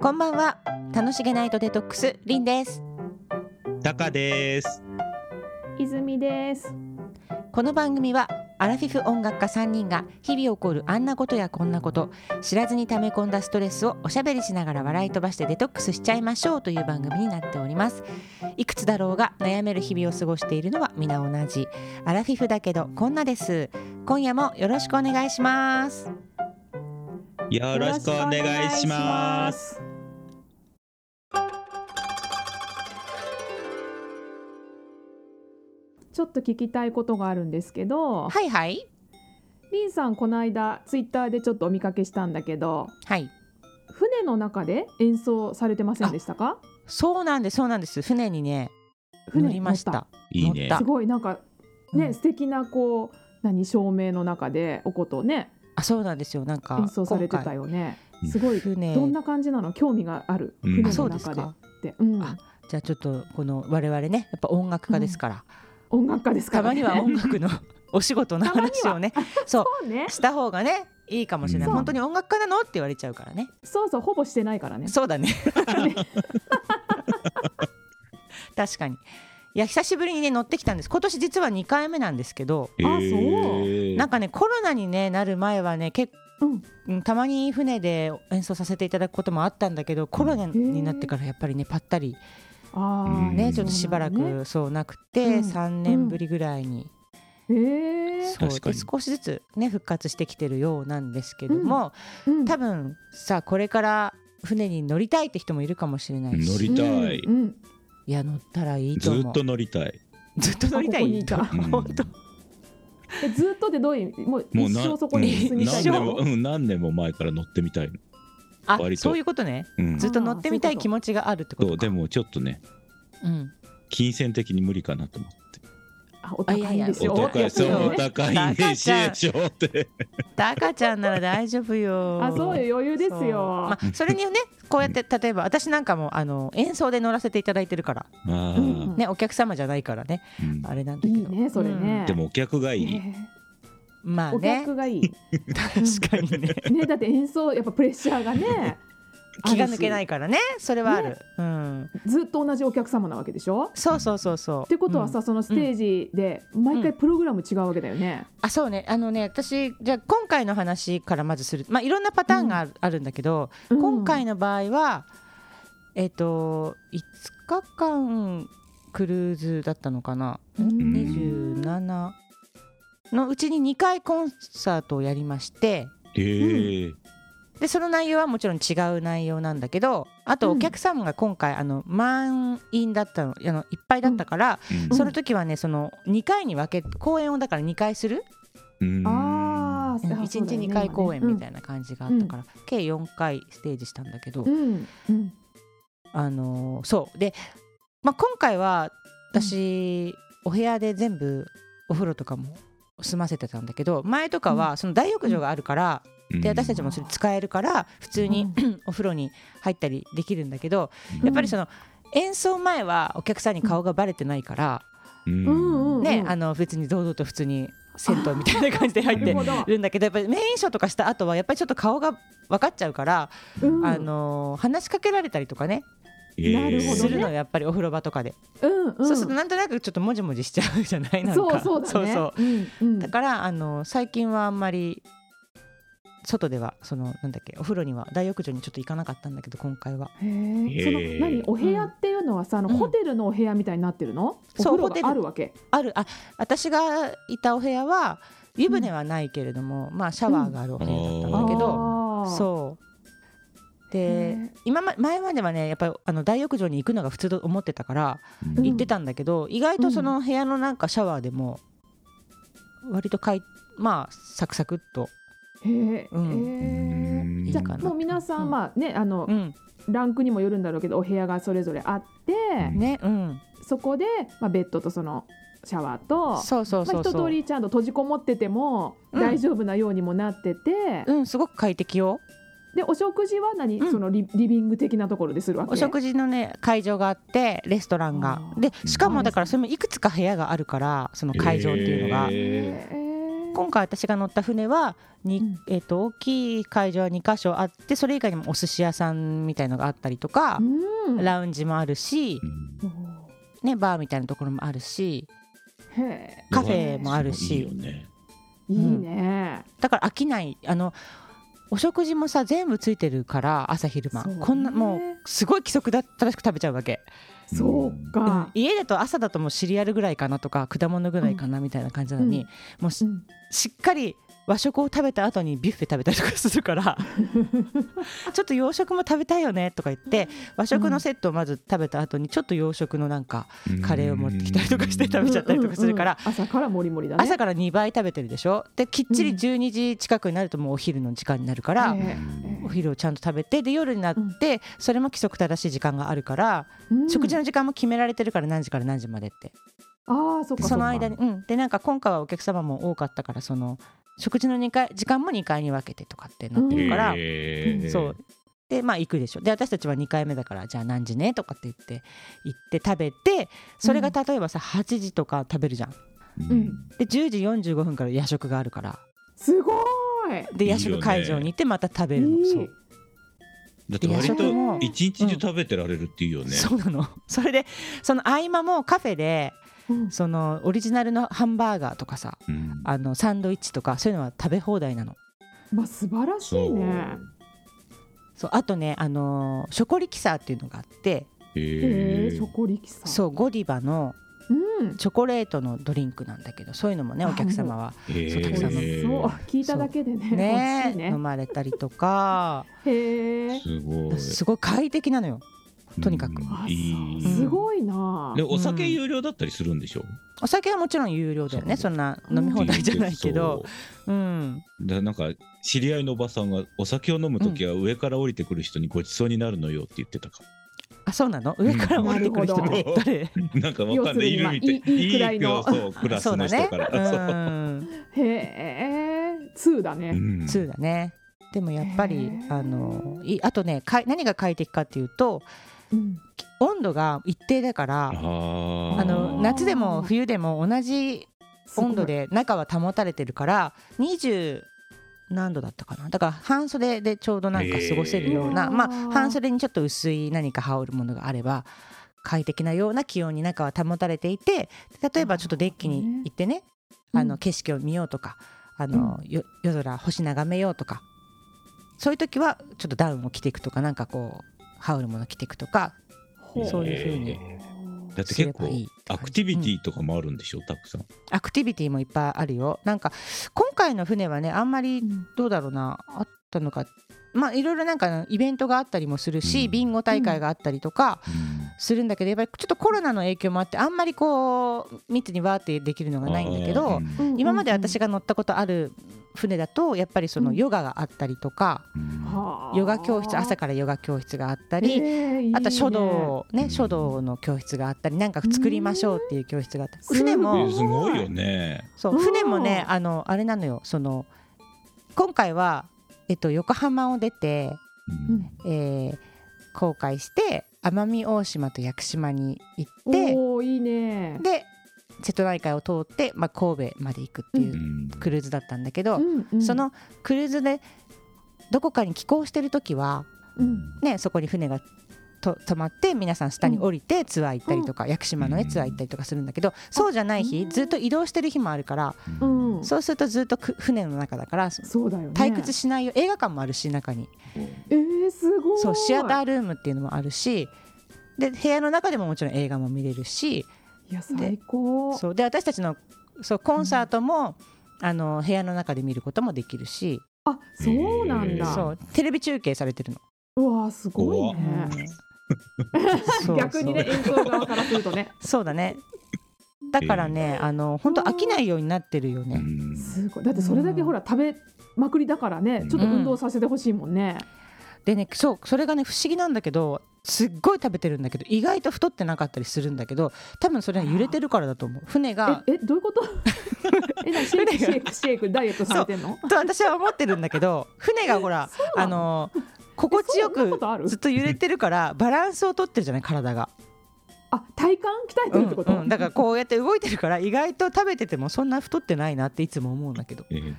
こんばんは楽しげナイトデトックスりんですタカです。泉です。この番組はアラフィフ音楽家3人が日々起こるあんなことやこんなこと知らずに溜め込んだストレスをおしゃべりしながら笑い飛ばしてデトックスしちゃいましょうという番組になっておりますいくつだろうが悩める日々を過ごしているのは皆同じアラフィフだけどこんなです今夜もよろしくお願いしますよろしくお願いします。す。ちょっと聞きたいことがあるんですけど、はいはいリンさんこの間ツイッターでちょっとお見かけしたんだけど、はい船の中で演奏されてませんでしたか？そうなんですそうなんです船にね船乗りましたいいね乗。っすごいなんかね、素敵なこう何照明の中でおことをねあそうなんですよなんか演奏されてたよよねう。んすごい船どんな感じなの？興味があるうん船あそのうです中でっかて、うんあじゃあちょっとこの我々ねやっぱ音楽家ですから、音楽家ですかたらまね。には音楽のお仕事の話をねそうそうね。した方がねいいかもしれない、そう本当に音楽家なのって言われちゃうからねそうそう、ほぼしてないからね。そうだね 確かにいや久しぶりにね乗ってきたんです今年実は2回目なんですけどへーなんかねコロナに、ね、なる前はね結構うんうんたまに船で演奏させていただくこともあったんだけどコロナになってからやっぱりねぱったりああ、うねんちょっとしばらそうなのくね。そうなくてうん3年ぶりぐらいにええそう確かでに少しずつね復活してきてるようなんですけども、うん多分さこれから船に乗りたいって人もいるかもしれないし乗りたいうんうんいや乗ったらいいとず思っうと乗りたい。ずっと乗りたあここにいいたとうん本当えずっとでどういう意味もうもう一な生そこに住み一た生い何年も、うん、何年も前から乗ってみたいの。あ割とそういうことねうん。ずっと乗ってみたい気持ちがあるってことそうかでもちょっとね、うん金銭的に無理かなと思っあお高いんですて。よおや高い、そう、やお高いね、しでしょって。タカちゃんなら大丈夫よあそうよ余裕ですそうよまあ、それにねこうやって例えば私なんかもあの演奏で乗らせていただいてるからああ、うんうんねお客様じゃないからねうんあれなんだけいどいねそれねでもお客がいい。ねうんまあおね客がいい確かにねねだって演奏やっぱプレッシャーがね気が抜けないいからねそれはある、ねうんずっと同じお客様なわけでしょそうそうそうそうっってことはさそのステージで毎回プログラム違うわけだよねあそうねあのね私じゃあ今回の話からまずするまあいろんなパターンがある,、あるんだけど今回のの場合はえっ、と5日間クルーズだったのかな、ん27のうちに2回コンサートをやりましてへえ。でその内容はもちろん違う内容なんだけどあとうんお客さんが今回、あの満員だったのあのいっぱいだったから、うんその時はねその2回に分け公演をだから2回する、うんあうーあ1日2回公演みたいな感じがあったから、計4回ステージしたんだけど、うんうんあのーそうで、まあ、今回は私、お部屋で全部お風呂とかも済ませてたんだけど前とかはその大浴場があるから、で私たちもそれ使えるから普通に、 お風呂に入ったりできるんだけどうんやっぱりその演奏前はお客さんに顔がバレてないから、うんうんうんねあの別に堂々と普通に銭湯みたいな感じで入っなるてほどるんだけどやっぱりメインショーとかした後はやっぱりちょっと顔が分かっちゃうから、うんあのー話しかけられたりとかねへえなるほどねするのよやっぱりお風呂場とかで、うんうんそうするとなんとなくちょっともじもじしちゃうじゃないなんかそうそうだねそううんうんだからあの最近はあんまり外ではそのなんだっけお風呂には大浴場にちょっと行かなかったんだけど今回はへえそへえの何お部屋っていうのはさあのうんホテルのお部屋みたいになってるのおそう風ホテル呂があるわけあるあ私がいたお部屋は湯船はないけれども、まあシャワーがあるお部屋だったんだけど、あーそうでへー今ま前まではねやっぱりあの大浴場に行くのが普通と思ってたからうん行ってたんだけど、意外とその部屋のなんかシャワーでも割とかいまあサクサクっと、へえうへえうんじゃいいかあなもう皆さうんんまあねあのうん、ランクにもよるんだろうけどお部屋がそれぞれあってんねうんそこでまあベッドとそのシャワーとそうそうまそあうそ一う、通りちゃんと閉じこもっててもうん大丈夫なようにもなっててうんすごく快適よでお食事は何うんそのリリビング的なところでするわけお食事のね会場があってレストランがあーでしかもだからそれもいくつか部屋があるからその会場っていうのが、へえへえ今回私が乗った船はに、うんえっと大きい会場は2箇所あってそれ以外にもお寿司屋さんみたいのがあったりとかう、ん。ラウンジもあるし、うんね、バーみたいなところもあるしへえ。カフェもあるしいいよねいいね。だから飽きないあのお食事もさ全部ついてるから朝昼間、そうねこんなもうすごい規則だ正しく食べちゃうわけ、そううんか。家だと朝だともうシリアルぐらいかなとか果物ぐらいかなみたいな感じなのに、うもうしうんしっかり和食を食べた後にビュッフェ食べたりとかするから ちょっと洋食も食べたいよねとか言って和食のセットをまず食べた後にちょっと洋食のなんかカレーを持ってきたりとかして食べちゃったりとかするからうんうんうん朝からもりもりだね。朝から2倍食べてるでしょできっちり12時近くになるともうお昼の時間になるから、ねお昼をちゃんと食べてで夜になって、それも規則正しい時間があるから、うん食事の時間も決められてるから何時から何時までってああ、そっか。そっのか間に、うん、でなんか今回はお客様も多かったからその食事の2回時間も2回に分けてとかってなってるから、へーそうでまあ行くでしょで私たちは2回目だからじゃあ何時ねとかって言って行って食べてそれが例えばさ8時とか食べるじゃんうんうん。で10時45分から夜食があるからすごい。でいい夜よね食会場に行ってまた食べるのいそうい。だって割夜食もと一日中食べてられるっていうよねそうなの それでその合間もカフェでうんそのオリジナルのハンバーガーとかさうんあのサンドイッチとかそういうのは食べ放題なのまあ素晴らしいね。そうあとねあのーショコリキサーっていうのがあってへえ、へチーョコリキサー。そうゴディバのうん。チョコレートのドリンクなんだけどそういうのもねあお客様はへそう美た味くしそさうんの聞いただけでね。 美味ねしい飲ね。まれたりとかへえ。すごいすごい快適なのよとにかくあうんいいうんすごいなで。お酒有料だったりするんでしょお酒はもちろん有料だよねそそうんな飲み放題じゃないけどうんそうでなんか知り合いのおばさんがお酒を飲む時は上から降りてくる人にごちそうになるのよって言ってたかあそうなの上から降りてくる人なるっほどて 誰らなんかわかんないい要するにるまあみたいいいいいくらいのそうそうクラスそうだの人ねかうらそう、んへえ。ツーだうね。んそうだねでもやっぱへりーあのいあとねかい何が快適かっていうとうん温度が一定だからあーあの夏でも冬でも同じ温度。で中は保たれてるから20何度だったかなだから半袖でちょうどなんか過ごせるようへな、ーまあ半袖にちょっと薄い何か羽織るものがあれば快適なような気温に中は保たれていて例えばちょっとデッキに行ってねうんあの景色を見ようとかあの、よ夜空星眺めようとかそういう時はちょっとダウンを着ていくとかなんかこう羽織るもの着ていくとかほそういう風にへーだって結構すればいいアクティビティとかもあるんでしょ、たくさんアクティビティもいっぱいあるよなんか今回の船はねあんまりうんどうだろうなあったのかまあいろいろなんかイベントがあったりもするし、うんビンゴ大会があったりとかするんだけどやっぱりちょっとコロナの影響もあってあんまりこう密にわーってできるのがないんだけあーど、うん今まで私が乗ったことある船だとやっぱりそのヨガがあったりとか、ヨガ教室朝からヨガ教室があったり、あと書。道ねうん書道の教室があったりなんか作りましょうっていう教室があったりうん船えもーすごいよねそう船もねうんあのあれなのよその今回は、えっと、横浜を出て、うんえー航海して奄美大島と屋久島に行っておおいいね。で瀬戸内海を通って、まあ、神戸まで行くっていううんクルーズだったんだけど、うんうんそのクルーズでどこかに寄港してる時は、うんね、そこに船がと泊まって皆さん下に降りてツアー行ったりとか、屋久島の、ね、うんツアー行ったりとかするんだけどそうじゃない日うんずっと移動してる日もあるからうんそうするとずっとく船の中だからそうだよね。退屈しないよ映画館もあるし中にえー、すごい。そうシアター。ールームっていうのもあるしで部屋の中でももちろん映画も見れるしいや最高。そうで私たちのそうコンサートも、あの部屋の中で見ることもできるしあそうなんあだ。そうテレビ中継されてるの。うわーすごいね。そう逆にね演奏側からするとね。そうだねだからね、あの本当飽きないようになってるようね。んすごい。だってそれだけほら食べまくりだからね。ちょっと運動させてほしいもんね。でねそうそれがね不思議なんだけどすっごい食べてるんだけど意外と太ってなかったりするんだけど多分それは揺れてるからだと思う船がええどういうこと？ えなシェイクシェイクシェイクダイエットされてんの？と私は思ってるんだけど船がほらそうなあの心地よえそんなことあくるずっと揺れてるからバランスをとってるじゃない体があ体幹鍛えてるってこと、うんうん、だからこうやって動いてるから意外と食べててもそんな太ってないなっていつも思うんだけどええ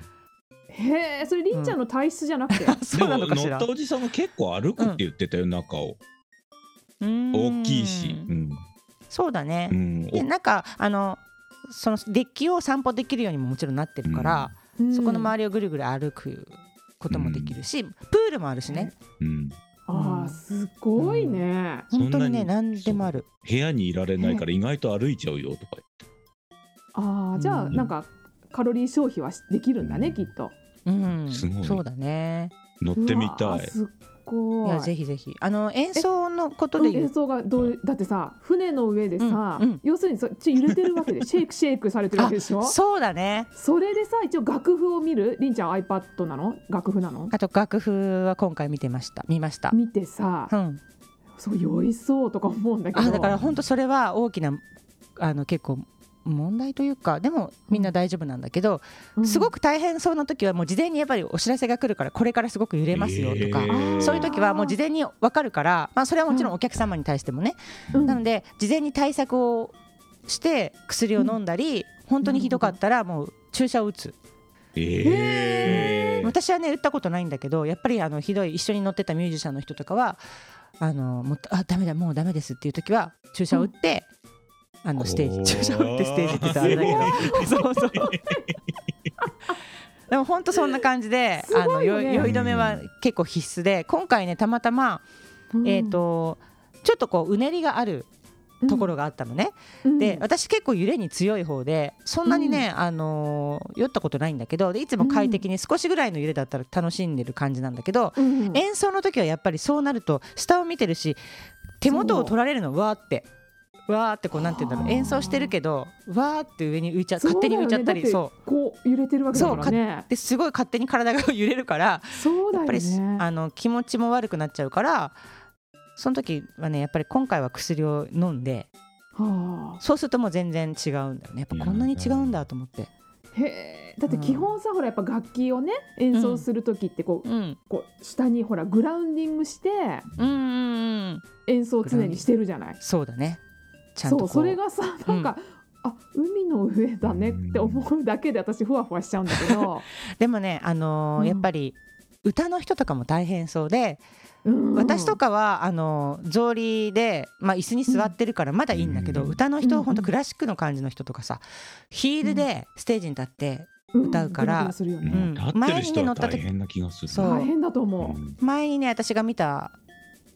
へえそれりんちゃんの体質じゃなくて、そうなのかし乗らったおじさんが結構歩くって言ってたよ、中を大大きいし、うんそうだねう、んでなんかあのそのデッキを散歩できるようにももちろんなってるから、うんそこの周りをぐるぐる歩くこともできるし、プールもあるしねうん、あーすごいね、うん本当にねそんなに何でもある部屋にいられないから意外と歩いちゃうよとかああじゃあうんなんかカロリー消費はしできるんだねきっとうんすごいそうだね乗ってみうわたーいすっいごいやぜひぜひあの演奏のことうでん言う演奏がどうだってさ船の上でさ、うんうん要するにそっち揺れてるわけ でシェイクシェイクされてるわけでしょそうだねそれでさ一応楽譜を見るりんちゃん iPad なの楽譜なのあと楽譜は今回見てました見ました見てさうんそう酔いそうとか思うんだけどあだから本当それは大きなあの結構問題というかでもみんな大丈夫なんだけど、すごくく大変そうな時はもう事前にやっぱりお知らせが来るからこれからすごく揺れますよとか、えーそういう時はもう事前に分かるから、まあ、それはもちろんお客様に対してもね、うんなので事前に対策をして薬を飲んだり、本当にひどかったらもう注射を打つ、ええ私はね打ったことないんだけどやっぱりあのひどい一緒に乗ってたミュージシャンの人とかはあのもうあダメだもうダメですっていう時は注射を打って、あのステージ注射を打ってステージって言ったらあれだけど そうそう。でも本当そんな感じで、すごいあのよよね酔い止めは結構必須で、今回ねたまたま、えっ、とちょっとこううねりがあるところがあったのね。で、私結構揺れに強い方で、そんなにね、あのー酔ったことないんだけど、でいつも快適に少しぐらいの揺れだったら楽しんでる感じなんだけど、うんうん演奏の時はやっぱりそうなると下を見てるし、手元を取られるのわーって。わーってこうなんて言うんだろはうあ演奏してるけどわーって上に浮いちゃ勝手に浮いちゃったりそうそだうよねだってこう揺れてるわけだからねですごい勝手に体が揺れるからそうやだよっぱりす、ねあの気持ちも悪くなっちゃうからその時はねやっぱり今回は薬を飲んではあそうするともう全然違うんだよねやっぱこんなに違うんだと思って、へえだって基本さ、ほらやっぱ楽器をね演奏する時ってこう,、うん、こう下にほらグラウンディングしてうんうんうん演奏を常にしてるじゃないそうだねちゃんとそこううそれがさなんか、あ海の上だねって思うだけで私ふわふわしちゃうんだ けど、でもねあのーうんやっぱり歌の人とかも大変そうで、うん私とかはあのー草履で、まあ、椅子に座ってるからまだいいんだけど、うん歌の人うんほんとクラシックの感じの人とかさヒールでステージに立って歌うからグラグラするようねん、立ってる人は大変な気がするそう大変だと思ん前にね私が見た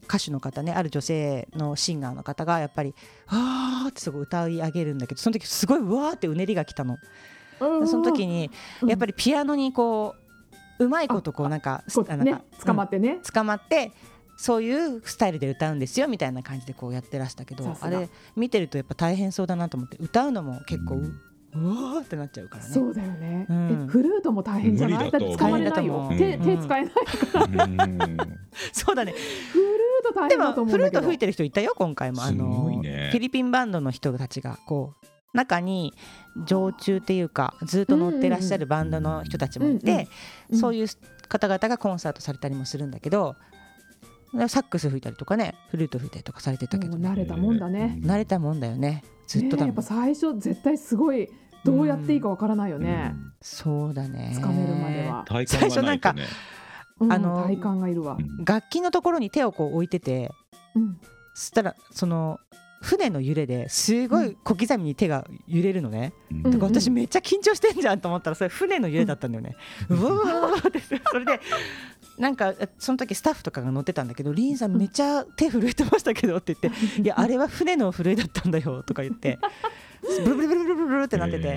歌手の方ねある女性のシンガーの方がやっぱり「わー」ってすごい歌い上げるんだけどその時すごい「わー」ってうねりが来たのう、うんその時にやっぱりりピアノにこううまいことこうなんかこあうなんねか捕まってう、ねん捕まってそういうスタイルで歌うんですよみたいな感じでこうやってらしたけさどすがあれ見てるとやっぱ大変そうだなと思って歌うのも結構ううんうわーってなっちゃうからねそうだよね、うんえフルートも大変じゃな無い理だだっと思てう捕まれないよ大、変だと思う手うん手使えないうんそうだねフルート大で変だもと思うフんルだーけどト吹いてる人いたよ今回もあすごのいねフィリピンバンドの人たちがこう中に常駐っていうかずっと乗ってらっしゃるバンドの人たちもいうんうんてうんそういう方々がコンサートされたりもするんだけどサックス吹いたりとかねフルート吹いたりとかされてたけどもう慣れたもんだね、慣れたもんだよねずっとねえだやもっぱん最初絶対すごいどうやっていいかわからないようね、んそうだね掴めるまでは、体感がないとねうんあの体感がいるわ、楽器のところに手をこう置いててうんそしたらその船の揺れですごい小刻みに手が揺れるのね、うんだからうん私めっちゃ緊張してんじゃんと思ったらそれ船の揺れだったんだよね。うわーってそれでなんかその時スタッフとかが乗ってたんだけど「リンさんめっちゃ手震えてましたけど」って言って「いやあれは船の震えだったんだよ」とか言 ってブルブルブルブルブルブルってなってて。へ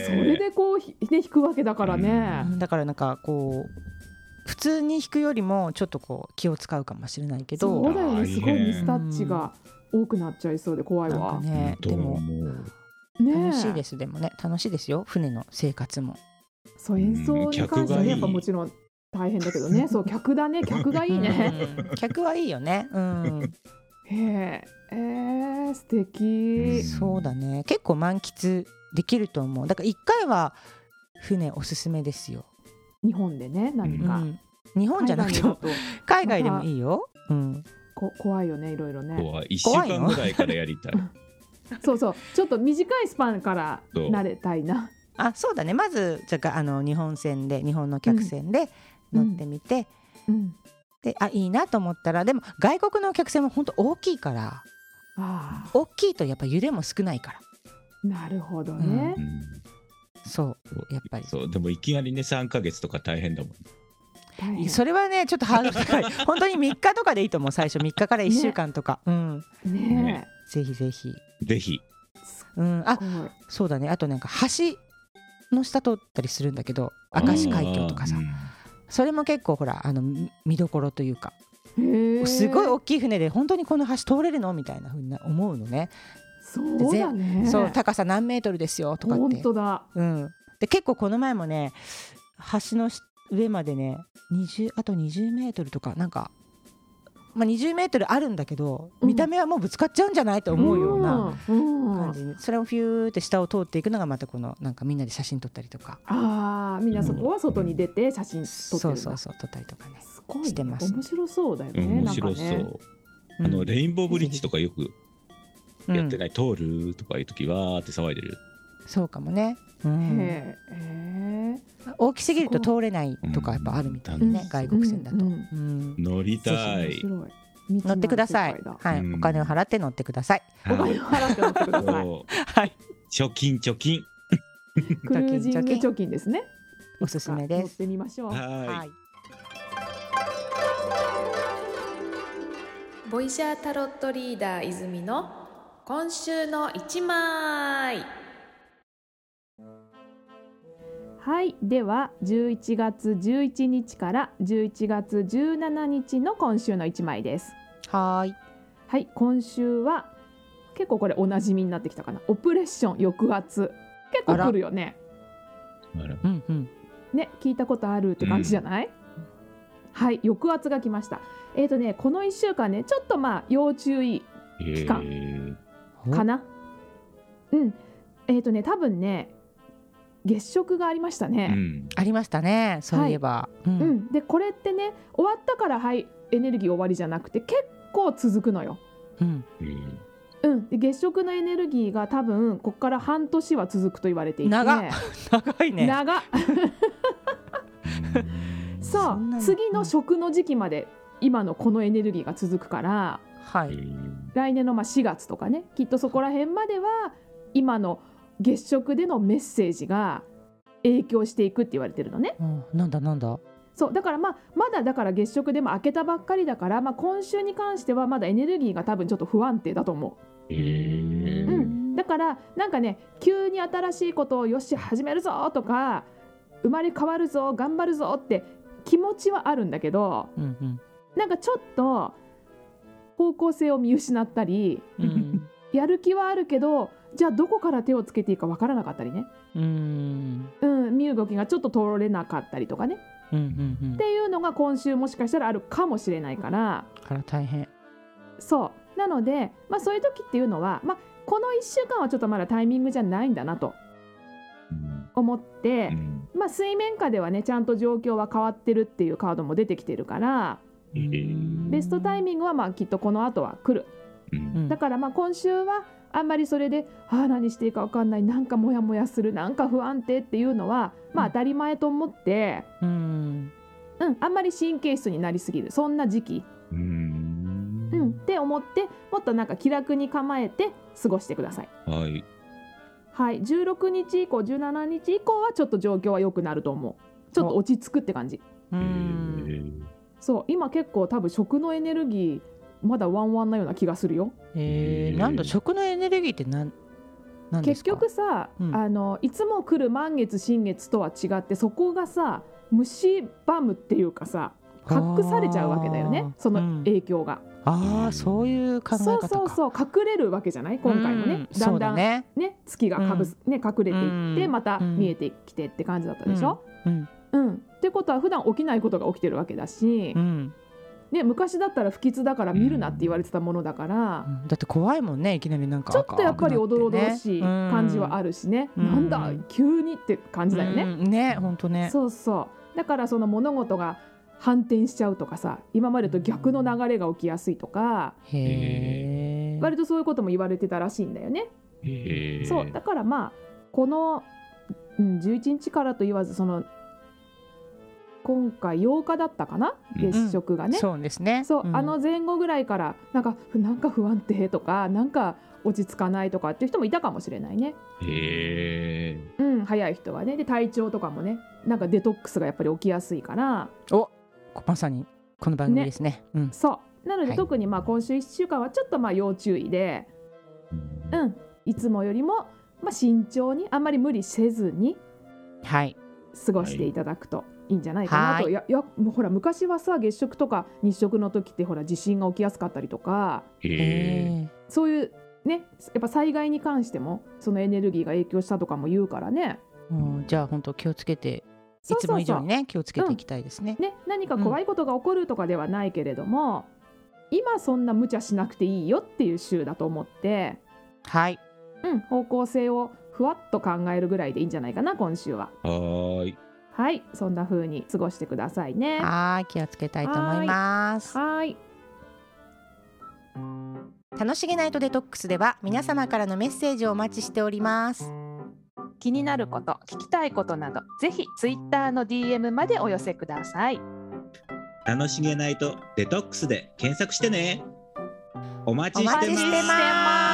えそれでこうひね弾くわけだからね、だからなんかこう普通に弾くよりもちょっとこう気を使うかもしれないけそどうだよあーねすごいいいねミスタッチが多くなっちゃいそうで怖いなんわかねどでうももねえ楽しいですでもね楽しいですよ船の生活も。そう演奏に関してはうん客がいいねやっぱもちろん大変だけど ねそう客だね客がいいねうん客はいいよね。うんへええー、素敵そうだね結構満喫できると思うだから一回は船おすすめですよ、日本でね何うか、ん、日本じゃなくても海海外外だとでもいいよ、うん、こ怖いよねいろいろね怖い1週怖いの間ぐらいからやりたいそうそうちょっと短いスパンからそう慣れたいなあそうだねまずじゃああの日本線で日本の客船で乗ってみて、うんであいいなと思ったらでも外国の客船も本当大きいからあ大きいとやっぱ揺れも少ないからあなるほどね、うんそうやっぱりそうでもいきなりね3ヶ月とか大変だもん大変それはねちょっとハードル高い本当に3日とかでいいと思う最初3日から1週間とか、うんねぜひぜひぜひうんあえ怖いそうだねあとなんか橋の下通ったりするんだけど明石海峡とかさ、うそれも結構ほらあの見見どころというかへえすごい大きい船で本当にこの橋通れるのみたいなふうにな思うのね、そうだねそう高さ何メートルですよとかっ本て、当だうん、で結構この前もね橋のし上までね20あと20メートルとかなんか、まあ、20メートルあるんだけどうん見た目はもうぶつかっちゃうんじゃないと思うようなうんうん感じにそれをフューって下を通っていくのがまたこのなんかみんなで写真撮ったりとかああみんなそこは外に出て写真撮ってそるんうだそうそう撮ったりとかね。すごいねしてます面白そうだよねん面白そう、なんかねあのうんレインボーブリッジとかよくやってない、通るとかいう時わーって騒いでるうんそうかもね、うん、へえへ大きすぎると通れないとかやっぱあるみたいね、うん外国船だと。うんうん乗りえた面い白い未知なる世界乗ってください。はい、うんお金を払って乗ってください。お金を払って乗ってくださいそうはい、貯金貯金 クルージング貯金ですねおすすめで乗っす。てみましょうははいい、ボイシャータロットリーダー泉の今週の一枚はいでは11月11日から11月17日の今週の一枚ですはーい、はい今週は結構これおなじみになってきたかなオプレッション抑圧結構来るよねなるほうんうん、ね聞いたことあるって感じじゃない、はい抑圧が来ましたえっ、とねこの1週間ねちょっとまあ要注意どへ期間ーかなうんえっ、とね多分ね月食がありましたうね、んありましたね。そういえば、ううんん、でこれってね終わったからはいエネルギー終わりじゃなくて結構続くのようん、うんうん、で月食のエネルギーが多分ここから半年は続くと言われていて長っ長いね。長っそそんなうに次の食の時期まで今のこのエネルギーが続くからはうい、ん来年のまあ4月とかねきっとそこら辺までは今の月食でのメッセージが影響していくって言われてるのねうん、なんだなんだ。そうだからまあまだだから月食でも明けたばっかりだから、まあ、今週に関してはまだエネルギーが多分ちょっと不安定だと思う。へーうんだからなんかね急に新しいことをよし始めるぞとか生まれ変わるぞ頑張るぞって気持ちはあるんだけどうんなんかちょっと方向性を見失ったりうん、うん、やる気はあるけどじゃあどこから手をつけていいかわからなかったりね、うん、うん、身動きがちょっと通れなかったりとかねっうん、うん、うん、ていうのが今週もしかしたらあるかもしれないからから大変。そうなので、まあ、そういう時っていうのは、まあ、この1週間はちょっとまだタイミングじゃないんだなと思って。うんまあ、水面下ではねちゃんと状況は変わってるっていうカードも出てきてるからへーベストタイミングはまあきっとこの後は来るうんうんだからまあ今週はあんまりそれでああ何していいか分かんないなんかモヤモヤするなんか不安定っていうのはまあうん当たり前と思って、うん、うん、あんまり神経質になりすぎるそんな時期、うんうん、って思ってもっとなんか気楽に構えて過ごしてください。はいはい、16日以降17日以降はちょっと状況は良くなると思うちょっと落ち着くって感じうへん、ーそう今結構多分食のエネルギーまだワンワンなような気がするよえー、なんだ食のエネルギーってなん、なんで結すか。局さ、うんあのいつも来る満月新月とは違ってそこがさ虫ばむっていうかさ隠されちゃうわけだよあーねそのうん影響が、ああ、そういう考え方そうか。そうそう隠れるわけじゃない今回もね、うんだそんうだだんねね。月がかぶす、ね、隠れていって、うんまた見えてきてって感じだったでしょ、うん、うんってことは普段起きないことが起きてるわけだし、うん、ね、昔だったら不吉だから見るなって言われてたものだから、うんだって怖いもんねいきなりなんかちょっとやっぱりおどろおどろしい感じはるあるしね、うんなんだ急にって感じだよね、ね本当ねそうそうだからその物事が反転しちゃうとかさ今までと逆の流れが起きやすいとかへえ。割とそういうことも言われてたらしいんだよね。へえそうだからまあこの、うん、11日からと言わずその今回8日だったかなうん月食がね、そうですね。そう、んあの前後ぐらいからなんかふなんか不安定とかなんか落ち着かないとかっていう人もいたかもしれないね。へえうん、早い人はねで体調とかもねなんかデトックスがやっぱり起きやすいからおまさにこの番組ですね。うん。そうなのはでい特にまあ今週1週間はちょっとまあ要注意で、うん、いつもよりもまあ慎重にあんまり無理せずにはい。過ごしていただくといいんじゃないかなと、、はいやいやもうほら昔はさ月食とか日食の時ってほら地震が起きやすかったりとかへえ。えそういうねやっぱ災害に関してもそのエネルギーが影響したとかも言うからねうんじゃあ本当気をつけていそうつそもう以そ上うにね気をつけていきたいですね。ね何か怖いことが起こるとかではないけれども、今そんな無茶しなくていいよっていう週だと思って、はい。うん、方向性をふわっと考えるぐらいでいいんじゃないかな今週ははーいはいそんな風に過ごしてくださいねはい気をつけたいと思います。はい楽しげナイトデトックスでは皆様からのメッセージをお待ちしております。気になること聞きたいことなどぜひツイッターの DM までお寄せください楽しげないとデトックスで検索してねお待おちし待てちましすてます。